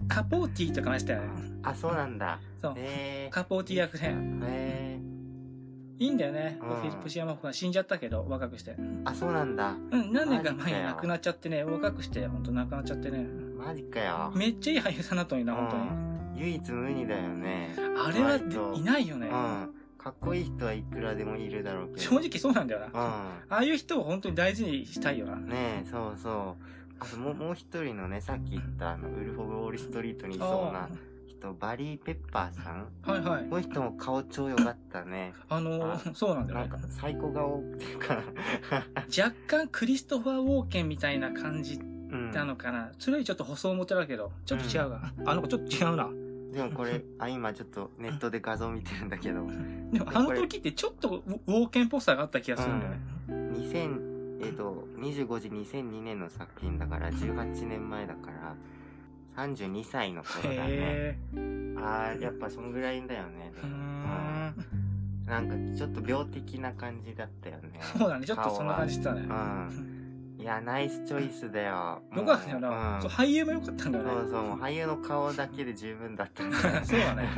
Speaker 1: カポーティーとかましたよ
Speaker 2: う
Speaker 1: ね。
Speaker 2: んあ、そうなんだ。
Speaker 1: そう。
Speaker 2: えー、
Speaker 1: カポーティー役で。
Speaker 2: え
Speaker 1: いいんだよね。
Speaker 2: う
Speaker 1: フ
Speaker 2: ん
Speaker 1: ィリップ・シアマフが死んじゃったけど、若くして。
Speaker 2: ー、あ、そうなんだ。
Speaker 1: うん、何年か前
Speaker 2: マジか
Speaker 1: に
Speaker 2: よ
Speaker 1: 亡くなっちゃってね、若くして、ほんと亡くなっちゃってね。
Speaker 2: マジかよ。
Speaker 1: めっちゃいい俳優さんだったのにな、ほんとに。
Speaker 2: うん唯一無二だよね。
Speaker 1: あれは
Speaker 2: 割と
Speaker 1: いないよ
Speaker 2: う
Speaker 1: ね
Speaker 2: ん。。かっこいい人はいくらでもいるだろうけど。
Speaker 1: 正直そうなんだよな。あ
Speaker 2: うん。
Speaker 1: あいう人を本当に大事にしたいよな。
Speaker 2: ねえ、そうそう。あともう、もう一人のね、さっき言った、あの、ウルフ・オブ・ウォール・ストリートにいそうな人、バリー・ペッパーさん
Speaker 1: あーはいはい。
Speaker 2: この人も顔超良かった ね。
Speaker 1: あのー、そうなんだよ
Speaker 2: な
Speaker 1: ね
Speaker 2: ん。か、最高顔っていうか、
Speaker 1: 若干クリストファー・ウォーケンみたいな感じ
Speaker 2: うん。
Speaker 1: なのかな。それよりちょっと細表だけど、ちょっと違うか。あの子ちょっと違うな。
Speaker 2: でもこれ、あ、今ちょっとネットで画像見てるんだけど、
Speaker 1: でもあの時ってちょっとウウォーケンっぽさがあった気がするんだよね。
Speaker 2: 2000、えっと、25時2002年の作品だから、18年前だから、32歳の頃だね。
Speaker 1: へ
Speaker 2: あー、やっぱそんぐらいだよね。
Speaker 1: え。うーん。
Speaker 2: なんかちょっと病的な感じだったよね。
Speaker 1: そうだね。ちょっとそんな感じしてたね
Speaker 2: 顔。は。うん。いや、ナイスチョイスだよ。
Speaker 1: よかったよ
Speaker 2: う
Speaker 1: な。
Speaker 2: ん
Speaker 1: そう俳優もよかったんだよ
Speaker 2: そ
Speaker 1: ね
Speaker 2: う。そう、もう俳優の顔だけで十分だったんだ
Speaker 1: そうだ
Speaker 2: ね。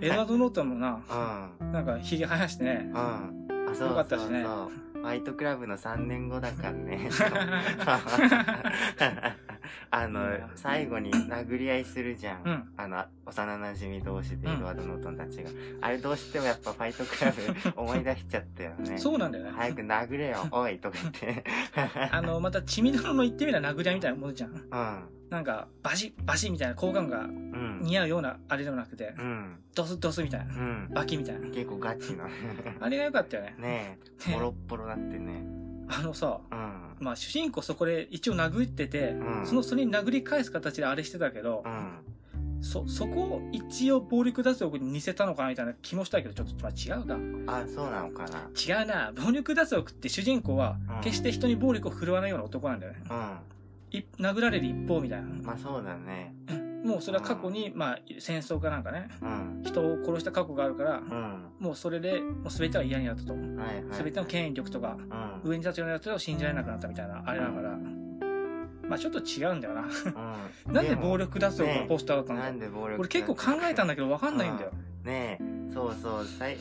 Speaker 1: エドワード・ノートンもな、
Speaker 2: うん。
Speaker 1: なんかヒゲ生やしてね
Speaker 2: うん。。あ、そう
Speaker 1: よかったしね
Speaker 2: そうそうファイトクラブの3年後だか らね。 あの
Speaker 1: いいな、
Speaker 2: 最後に殴り合いするじゃん。
Speaker 1: うん
Speaker 2: あの、幼馴染同士で、
Speaker 1: う
Speaker 2: エ
Speaker 1: ん
Speaker 2: ドワード・ノートンたちが。あれどうしてもやっぱファイトクラ ブ思い出しちゃったよね。
Speaker 1: そうなんだよね。
Speaker 2: 早く殴れよ、おいとか 言って。
Speaker 1: あの、また、血みどろの言ってみれば殴り合いみたいなものじゃん。
Speaker 2: うん。
Speaker 1: なんか、バシッ、バシッみたいな、交換が
Speaker 2: うん。
Speaker 1: 似合うような、あれでもなくて
Speaker 2: う、ん。
Speaker 1: ドスドスみたいな
Speaker 2: う、ん。
Speaker 1: バキみたいな。
Speaker 2: 結構ガ チの。
Speaker 1: あれが良かったよね。
Speaker 2: ねえ、
Speaker 1: ね
Speaker 2: ボロッボロなってね。
Speaker 1: あのさ、
Speaker 2: うん。
Speaker 1: まあ、主人公そこで一応殴ってて、
Speaker 2: うん
Speaker 1: その、それに殴り返す形であれしてたけど
Speaker 2: う、ん。
Speaker 1: そ、そこを一応暴力脱獄に似せたのかなみたいな気もしたけど、ちょっとまあ違うな。
Speaker 2: あ、そうなのかな。
Speaker 1: 違うな。暴力脱獄って主人公は
Speaker 2: うん、
Speaker 1: 決して人に暴力を振るわないような男なんだよね。い殴られる一方みたいな。
Speaker 2: うん。まあそうだね。
Speaker 1: もうそれは過去に、まあ戦争かなんかね、
Speaker 2: うん。
Speaker 1: 人を殺した過去があるから、
Speaker 2: うん。
Speaker 1: もうそれで、もう全ては嫌になったと。
Speaker 2: はいはい。
Speaker 1: 全ての権威力とか、
Speaker 2: うん。
Speaker 1: 上に立つようなやつを信じられなくなったみたいな、あれだから。まあちょっと違うんだよな。
Speaker 2: う
Speaker 1: なんで暴力
Speaker 2: 力
Speaker 1: 脱獄のポスターだったんだ
Speaker 2: な
Speaker 1: ろ
Speaker 2: ん
Speaker 1: う
Speaker 2: で暴力
Speaker 1: 俺結構考えたん
Speaker 2: だ
Speaker 1: だけど分かんないんだよ。
Speaker 2: ねえそうそう最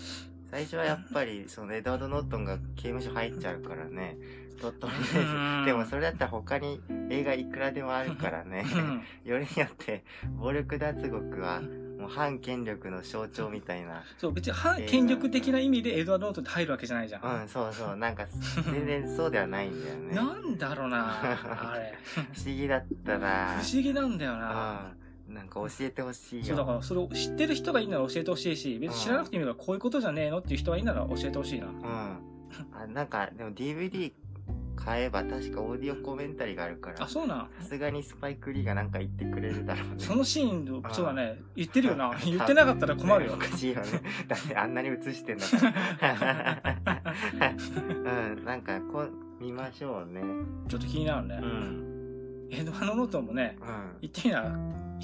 Speaker 2: 最初はやっぱりそのエドワード・ノットンが刑務所入っちゃうからねととりあえず
Speaker 1: うん
Speaker 2: でもそれだったら他に映画いくらでもあるからね
Speaker 1: うん
Speaker 2: よりによって暴力脱獄はもう反権力の象徴みたいな
Speaker 1: そう、別に反権力的な意味でエドワード・ノートンって入るわけじゃないじゃ
Speaker 2: うん
Speaker 1: ん。
Speaker 2: そうそうなんか全然そうではないんだよね不
Speaker 1: なんだろうな、あ れ。
Speaker 2: 思議だったら
Speaker 1: 不思議なんだよな。
Speaker 2: うんなんか教えてほしい
Speaker 1: そうだ
Speaker 2: よ
Speaker 1: からそれを知ってる人がいいなら教えてほしいし別に知らなくてもいいからこういうことじゃねえのっていう人がいいなら教えてほしいな
Speaker 2: うんあなんかでも DVD 買えば確かオーディオコメンタリーがあるから
Speaker 1: あ
Speaker 2: さ
Speaker 1: そうなん
Speaker 2: すがにスパイク・リーがなんか言ってくれるだろうね
Speaker 1: そのシーン
Speaker 2: あ
Speaker 1: の
Speaker 2: ー
Speaker 1: そうだね言ってるよな言ってなかったら 困るよ
Speaker 2: ねおかしいよね。だってあんなに映してんだから。 うん、なんかこう、見ましょうね。
Speaker 1: ちょっと気になるね
Speaker 2: うん。
Speaker 1: エドワード・ノートンもね
Speaker 2: うん。
Speaker 1: 言ってみたら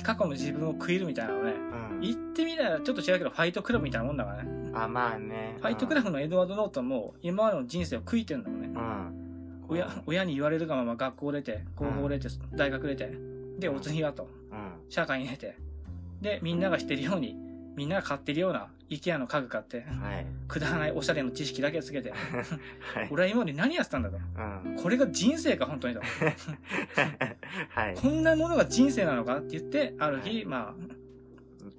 Speaker 1: 過去の自分を食いるみたいなのね
Speaker 2: うん。
Speaker 1: 言ってみたらちょっと違うけどファイトクラブみたいなもんだからね
Speaker 2: あ、まあね。
Speaker 1: ファイトクラブのエドワード・ノートンも今までの人生を食いてんだもんね
Speaker 2: うん。
Speaker 1: 親親に言われるがまま学校出て高校出て大学出てでお次はと
Speaker 2: うん。
Speaker 1: 社会に出てでみんながしてるようにみんなが買ってるような IKEA の家具買って
Speaker 2: はい。
Speaker 1: くだらないおしゃれの知識だけつけ て
Speaker 2: はい。
Speaker 1: 俺は今まで何やってたんだと
Speaker 2: うん。
Speaker 1: これが人生か本当にと
Speaker 2: はい。
Speaker 1: こんなものが人生なのかって言ってある日まあ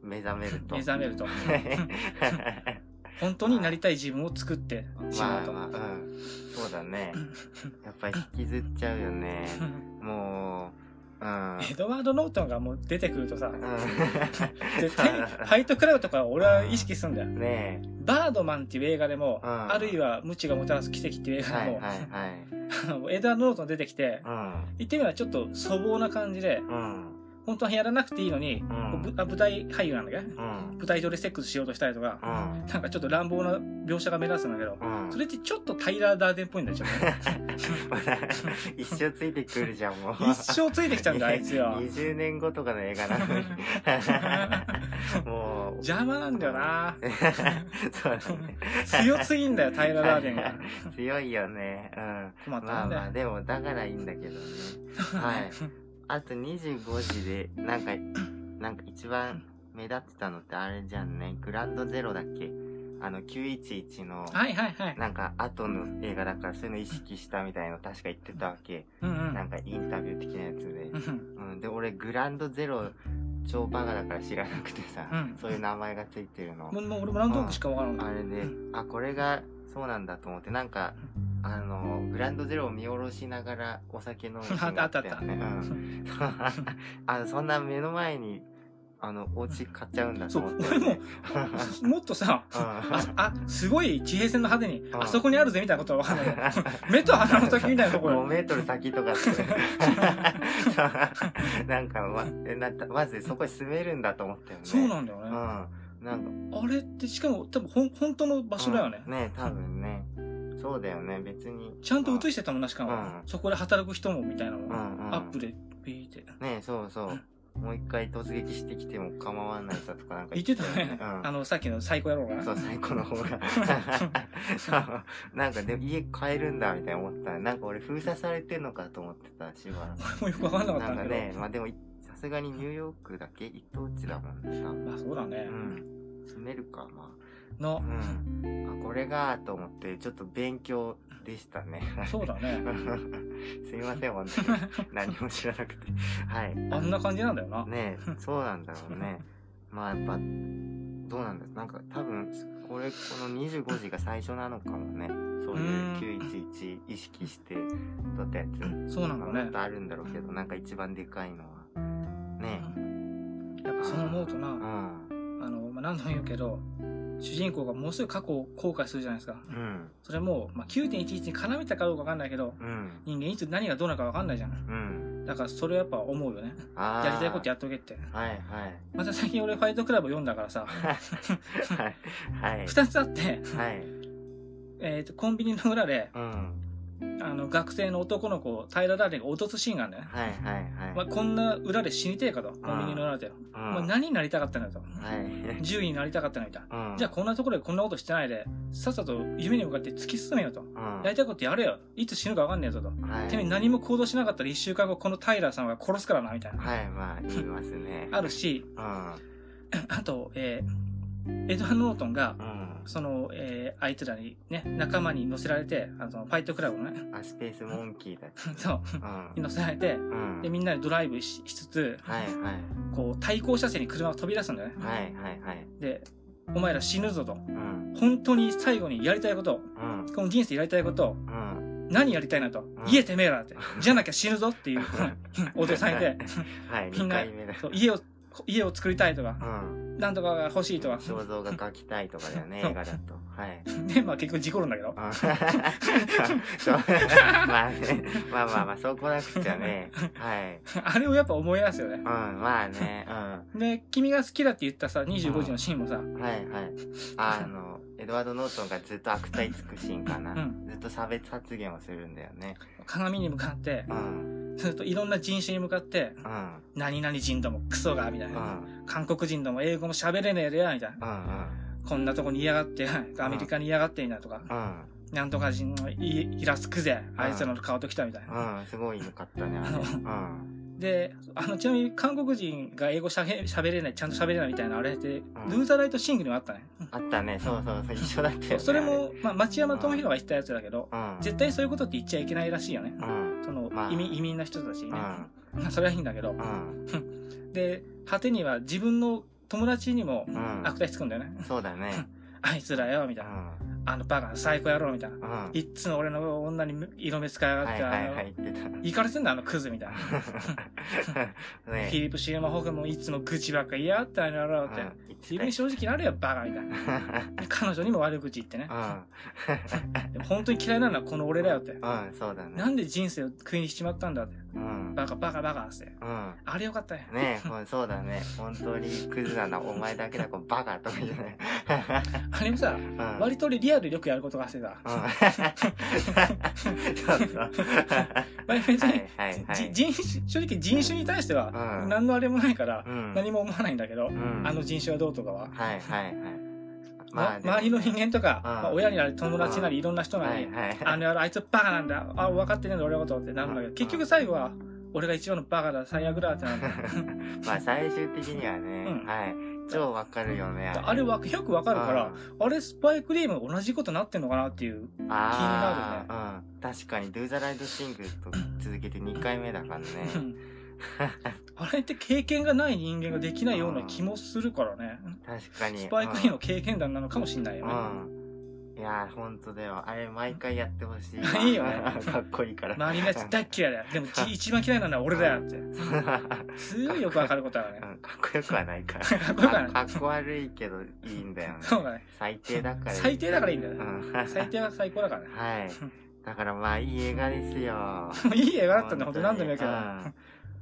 Speaker 2: 目覚めると。
Speaker 1: 目覚 めると
Speaker 2: め
Speaker 1: 本当になりたい自分を作ってし
Speaker 2: ま
Speaker 1: ま
Speaker 2: あ
Speaker 1: うと、
Speaker 2: まあ、うん。そうだね。やっぱり引きずっちゃうよね。もう、うん。
Speaker 1: エドワード・ノートンがもう出てくるとさ
Speaker 2: うん
Speaker 1: 絶対にファイトクラブとか俺は意識するんだよ
Speaker 2: ね
Speaker 1: バードマンっていう映画でも、
Speaker 2: うん
Speaker 1: あるいは無知がもたらす奇跡っていう映
Speaker 2: え。
Speaker 1: 画
Speaker 2: は
Speaker 1: で
Speaker 2: い
Speaker 1: も、
Speaker 2: はいはい。
Speaker 1: あのエドワード・ノートン出てきて、
Speaker 2: うん。
Speaker 1: 言ってみればちょっと粗暴な感じで、
Speaker 2: うん。
Speaker 1: 本当はやらなくていいのに、
Speaker 2: ん
Speaker 1: ぶあ舞台俳優なんだけどね、
Speaker 2: うん。
Speaker 1: 舞台上でセックスしようとしたりとか、
Speaker 2: うん。
Speaker 1: なんかちょっと乱暴な描写が目立つんだけど、
Speaker 2: うん
Speaker 1: それってちょっとタイラー・ダーデンっぽいんだよ、ちょっとね
Speaker 2: 一生ついてくるじゃん、 もう。
Speaker 1: 一生ついてきちゃうんだよ、あいつよ。
Speaker 2: 20年後とかの映画なの に。もう。
Speaker 1: 邪魔なんだよ な
Speaker 2: そうだね。
Speaker 1: 強すぎんだよ、タイラー・ダーデンが。
Speaker 2: 強いよね。うん。
Speaker 1: 困った
Speaker 2: まあ
Speaker 1: んだよ。
Speaker 2: まあ、でも、だからいいんだけどね。はい。あと25時で、なんか、なんか一番目立ってたのってあれじゃんね。グランドゼロだっけあの、911の。
Speaker 1: はいはいはい。
Speaker 2: なんか後の映画だからそういうの意識したみたいなの確か言ってたわけ。
Speaker 1: うんうん
Speaker 2: なんかインタビュー的なやつで
Speaker 1: う。ん
Speaker 2: うん、で、俺グランドゼロ超バカだから知らなくてさ、
Speaker 1: うん
Speaker 2: そういう名前がついてるの。
Speaker 1: もうもう俺も何となくしかわからない。
Speaker 2: あれで、あ、これがそうなんだと思って、なんか、あの、グランドゼロを見下ろしながらお酒飲むシーンがあった よね。うん。あの、そんな目の前に、あの、お家買っちゃうんだと思って、
Speaker 1: そう俺 ももっとさ、
Speaker 2: うん
Speaker 1: あ、あ、すごい地平線の派手に、
Speaker 2: ん
Speaker 1: あそこにあるぜみたいなことはわかんないけど。目と鼻の先みたいなとこ
Speaker 2: 5
Speaker 1: ろ。
Speaker 2: メートル先とか って。なんかま、えなまずそこに住めるんだと思ったよね。
Speaker 1: そうなんだよね。
Speaker 2: うん。なんか、
Speaker 1: あれってしかも多分ほん本当の場所だよね
Speaker 2: う。んね多分ね。そうだよね、別に。
Speaker 1: ちゃんと
Speaker 2: し
Speaker 1: 映してたもんな、しかも
Speaker 2: うん。
Speaker 1: そこで働く人もみたいなの
Speaker 2: う
Speaker 1: も。
Speaker 2: んうん、
Speaker 1: アップでビーって。
Speaker 2: ねそうそう。もう一回突撃してきても構わないさとかなんか
Speaker 1: 言ってたね。
Speaker 2: うん
Speaker 1: あの、さっきの最高野郎が。
Speaker 2: そう、最高 の方が。そうなんかでも家買えるんだみたいな思った。なんか俺封鎖されてんのかと思ってた、しばらく。
Speaker 1: もうよくわかんなかった
Speaker 2: なんんか
Speaker 1: だ
Speaker 2: ね
Speaker 1: け、
Speaker 2: まあでもい、さすがにニューヨークだけ一等地だもんね、多分
Speaker 1: ど。まあそうだね
Speaker 2: う。ん。住めるか、まあ。
Speaker 1: の
Speaker 2: う、ん。あ、これが、と思って、ちょっと勉強でしたね。
Speaker 1: そうだね。
Speaker 2: すいません、本当に。何も知らなくて。はい。
Speaker 1: あんな感じなんだよな。
Speaker 2: ねえ、そうなんだろうね。まあやっぱ、どうなんだなんか多分、これ、この25時が最初なのかもね。そういう911意識して撮ったやつ。
Speaker 1: そうなんだ
Speaker 2: まあもっ
Speaker 1: ね
Speaker 2: と。あるんだろうけど、なんか一番でかいのは。ね
Speaker 1: やっぱそう思うと
Speaker 2: え。う
Speaker 1: な、
Speaker 2: ん。
Speaker 1: あの、まあ何度も言うけど、主人公がもうすぐ過去を後悔するじゃないですか。
Speaker 2: うん。
Speaker 1: それも、まあ、9.11に絡めたかどうかわかんないけど、
Speaker 2: うん。
Speaker 1: 人間いつ何がどうなるかわかんないじゃん。だか
Speaker 2: うん。
Speaker 1: だからそれやっぱ思うよね。
Speaker 2: あー
Speaker 1: やりたいことやっとけって。
Speaker 2: はい はい。
Speaker 1: また最近俺ファイトクラブ読んだからさ、
Speaker 2: はい。はい。
Speaker 1: 二つあって、
Speaker 2: はい。
Speaker 1: えっ、と、コンビニの裏で、
Speaker 2: うん。
Speaker 1: あの、学生の男の子を平ダーレが落とすシーンがあるんだよね。
Speaker 2: はいはい
Speaker 1: まあ、
Speaker 2: はい。
Speaker 1: こんな裏で死にてえかと。コンビニの裏で。
Speaker 2: う
Speaker 1: まあ、
Speaker 2: ん
Speaker 1: 何になりたかったんだと。
Speaker 2: はい。うん
Speaker 1: 銃になりたかったのにと。じゃあこんなところでこんなことしてないで、さっさと夢に向かって突き進めよと。
Speaker 2: うん
Speaker 1: やりたいことやれよ。いつ死ぬか分かんねえぞと。
Speaker 2: はい
Speaker 1: てめえ何も行動しなかったら一週間後このタイラーさんは殺すからな、みたいな。
Speaker 2: はい、まあ、言いますね。
Speaker 1: あるし、
Speaker 2: うん。
Speaker 1: あと、えーエドワード・ノートンが、
Speaker 2: うん。
Speaker 1: その、えーあいつらにね、仲間に乗せられて、あの、ファイトクラブのね、
Speaker 2: あ、スペースモンキーだっけ。
Speaker 1: そう、
Speaker 2: う
Speaker 1: に乗せられて、
Speaker 2: ん。うん。
Speaker 1: で、みんなでドライブししつつ、
Speaker 2: はいはい。
Speaker 1: こう、対向車線に車が飛び出すんだよね。
Speaker 2: はいはいはい。
Speaker 1: で、お前ら死ぬぞと。
Speaker 2: うん。
Speaker 1: 本当に最後にやりたいこと、
Speaker 2: うん。
Speaker 1: この人生やりたいこと、
Speaker 2: うん。
Speaker 1: 何やりたいなと、
Speaker 2: ん
Speaker 1: 家てめえらって、じゃなきゃ死ぬぞっていう 脅されて、
Speaker 2: はい、
Speaker 1: みん
Speaker 2: 2
Speaker 1: な
Speaker 2: 回目だ。
Speaker 1: そう家を、家を作りたいとか
Speaker 2: う、ん。
Speaker 1: なんとかが欲しいとか。
Speaker 2: 肖像画描きたいとかだよね、
Speaker 1: そう
Speaker 2: 映画だと。はい。
Speaker 1: で、まあ結局事故るんだけど
Speaker 2: う。ん そうまあね、まあまあまあ、そうこなくちゃね。はい。
Speaker 1: あれをやっぱ思い出すよね
Speaker 2: うん、。まあね、
Speaker 1: で、君が好きだって言ったさ、25時のシーンもさ、
Speaker 2: うん。はいはい。あの、エドワード・ノートンがずっと悪態つくシーンかな。
Speaker 1: うん
Speaker 2: ずっと差別発言をするんだよね。
Speaker 1: 鏡に向かって
Speaker 2: う、ん、
Speaker 1: ずっといろんな人種に向かって、
Speaker 2: うん、
Speaker 1: 何々人どもクソが、みたい
Speaker 2: うん、う
Speaker 1: な。
Speaker 2: ん、
Speaker 1: 韓国人ども英語も喋れねえでや、みたいな。
Speaker 2: うん、
Speaker 1: こんなとこにいやがって、アメリカにいやがって、みたいなとか。
Speaker 2: うん。
Speaker 1: なんとか人のいイラつくぜ、あいつらの顔と来た、みたいな。
Speaker 2: うん、すごい良かったね、あれ。うん。
Speaker 1: で、あの、ちなみに韓国人が英語しゃべ喋れない、ちゃんと喋れないみたいなあれって、ルーザーライトシングにもあったね。
Speaker 2: あったね、そうそうそう、一緒だったよ、ね。
Speaker 1: それも、まあ、町山智弘が言ったやつだけど、
Speaker 2: あれ、
Speaker 1: 絶対そういうことって言っちゃいけないらしいよね。
Speaker 2: うん、うん、
Speaker 1: その
Speaker 2: まあ
Speaker 1: 移民移民の人たちに
Speaker 2: う
Speaker 1: ね。
Speaker 2: ん、
Speaker 1: まあそれはいいんだけど
Speaker 2: う。ん、
Speaker 1: で、果てには自分の友達にも
Speaker 2: ん
Speaker 1: 悪態つくんだよね。
Speaker 2: そうだね。
Speaker 1: あいつらよ、み
Speaker 2: う
Speaker 1: たいな。
Speaker 2: ん、
Speaker 1: あのバカ、最高野郎、みたいな
Speaker 2: う。ん。はい
Speaker 1: っつも俺の女に色目使いやがっ
Speaker 2: い
Speaker 1: て、
Speaker 2: はい
Speaker 1: あ
Speaker 2: は
Speaker 1: の
Speaker 2: い、、言ってた。
Speaker 1: 行かれてんだ、あのクズ、みたいな。フ
Speaker 2: ね
Speaker 1: ィリップ・シーマホフもいつも愚痴ばっか言いやがったんやろ、って。自分に正直になれよ、バカ、みたいな。で彼女にも悪口言ってね。でも本当に嫌いなのはこの俺だよって。
Speaker 2: うん、うん、そうだね。
Speaker 1: なんで人生を食いにしちまったんだって。
Speaker 2: うん、
Speaker 1: バカバカバカって。
Speaker 2: うん。
Speaker 1: あれよかったね。
Speaker 2: ねえ、そうだね。本当にクズなのお前だけだ、こうバカとか言うね。
Speaker 1: あれもさ、
Speaker 2: うん
Speaker 1: 割と俺リアルでよくやることがあってさ
Speaker 2: う ん。。そうそう。
Speaker 1: まあ別に、
Speaker 2: はいはい
Speaker 1: じ人種、正直人種に対しては
Speaker 2: う、ん
Speaker 1: 何のあれもないから
Speaker 2: う、ん。
Speaker 1: 何も思わないんだけど
Speaker 2: う、ん
Speaker 1: あの人種はどうとかは。
Speaker 2: はいはいはい。
Speaker 1: ま周りの人間とか、
Speaker 2: うん
Speaker 1: まあ親になり、友達なり、いろんな人な
Speaker 2: は
Speaker 1: り
Speaker 2: い、はい。
Speaker 1: あの野郎、あいつバカなんだ。あ、分かってねえんだ、俺のことってなるんだけ
Speaker 2: う
Speaker 1: ど、
Speaker 2: ん
Speaker 1: 結局最後は、俺が一番のバカだ、最悪だってなるんだよ。
Speaker 2: まあ最終的にはね、
Speaker 1: うん
Speaker 2: はい。超わかるよね。
Speaker 1: あれわよくわかるから、あれスパイクリーム同じことなってんのかなっていう。
Speaker 2: ああ、うん。確かに、Do the Right Thing と続けて2回目だからね。
Speaker 1: あれって経験がない人間ができないような気もするからね。
Speaker 2: 確かに。
Speaker 1: スパイクリームの経験談なのかもしんないよね。
Speaker 2: うん。いやー、ほんとだよ。あれ、毎回やってほしい。
Speaker 1: いいよね
Speaker 2: かっこいいから。
Speaker 1: 周りのやつ 大っ嫌いだよ。でもじ一番嫌いなのは俺だよって。すごいよくわかることだよね
Speaker 2: う。んかっこよくはないか ら。
Speaker 1: かっこよくはない
Speaker 2: かっこ悪いけど、いいんだよね。
Speaker 1: そうだね。
Speaker 2: 最低だから。
Speaker 1: 最低だからいいんだよ
Speaker 2: う
Speaker 1: ね。
Speaker 2: ん。
Speaker 1: 最低は最高だからね。
Speaker 2: はい。だからまあ、いい映画ですよ。
Speaker 1: いい映画だったんだ、ほんと何度も言うけど。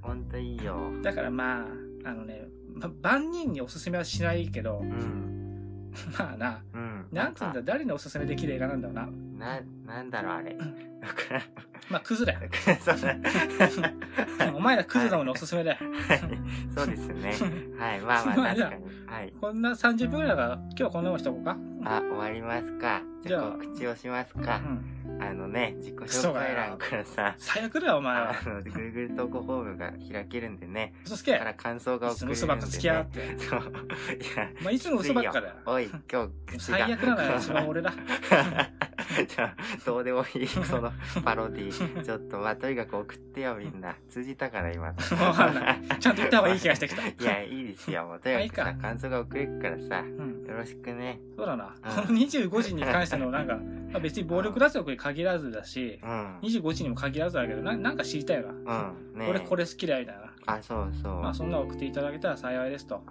Speaker 2: ほんといいよ。
Speaker 1: だからまあ、あのね、ま万人におすすめはしないけど
Speaker 2: う、ん。
Speaker 1: まあな、
Speaker 2: うん。
Speaker 1: なんつうんだ、誰におすすめできる映画なんだろうな。
Speaker 2: な、なんだろう、あれ。だから
Speaker 1: まあ、クズだよ。
Speaker 2: だから、そうだ。
Speaker 1: お前らクズだもんね、おすすめだよ。
Speaker 2: はい。そうですね。はい。まあまあ、確かに。はい。
Speaker 1: こんな30分ぐらいだから、今日はこんなもんしとこうか。
Speaker 2: あ、終わりますか。じゃあ、
Speaker 1: じゃあ
Speaker 2: 告知をします
Speaker 1: う
Speaker 2: か。
Speaker 1: ん。
Speaker 2: あのね、自己
Speaker 1: クソ
Speaker 2: 紹
Speaker 1: が
Speaker 2: 介
Speaker 1: よ
Speaker 2: 欄からさ、
Speaker 1: 最悪だよ、お前は
Speaker 2: あ。の、Google 投稿フォームが開けるんでね、
Speaker 1: 嘘つ
Speaker 2: だ
Speaker 1: け
Speaker 2: か。ら感想が
Speaker 1: い
Speaker 2: 送
Speaker 1: つ
Speaker 2: れ
Speaker 1: も
Speaker 2: るんで、ね。
Speaker 1: 嘘ばっかつきやがって。
Speaker 2: そう。いや、
Speaker 1: まあ、いつも嘘ばっかだよ。
Speaker 2: おい、今日、口が。
Speaker 1: 最悪なのよ、一番俺だ。
Speaker 2: じゃあ、どうでもいい、そのパロディ。ちょっと、まあ、とにかく送ってよ、みんな。通じたから、今。
Speaker 1: わかんない。ちゃんと言った方がいい気がしてきた。
Speaker 2: いや、いいですよ。もう、とにかく
Speaker 1: まあ
Speaker 2: さ、
Speaker 1: いいか
Speaker 2: 感想が送れるからさ、
Speaker 1: うん。
Speaker 2: よろしくね。
Speaker 1: そうだな。この25時に関しての、なんか、まあ別に暴力脱力に限らずだし
Speaker 2: う、ん。
Speaker 1: 25時にも限らずだけど、ななんか知りたいな。
Speaker 2: うん。ね
Speaker 1: 俺これ好きだよ、みたいな。
Speaker 2: あ、そうそう。
Speaker 1: まあ、そんな送っていただけたら幸いですと。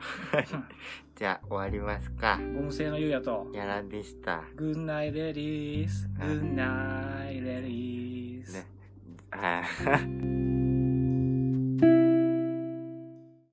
Speaker 2: じゃあ、終わりますか。
Speaker 1: ゴム製のゆうやと。
Speaker 2: やらでした。
Speaker 1: グッナイレディース、グッナイレディース
Speaker 2: ね。。あー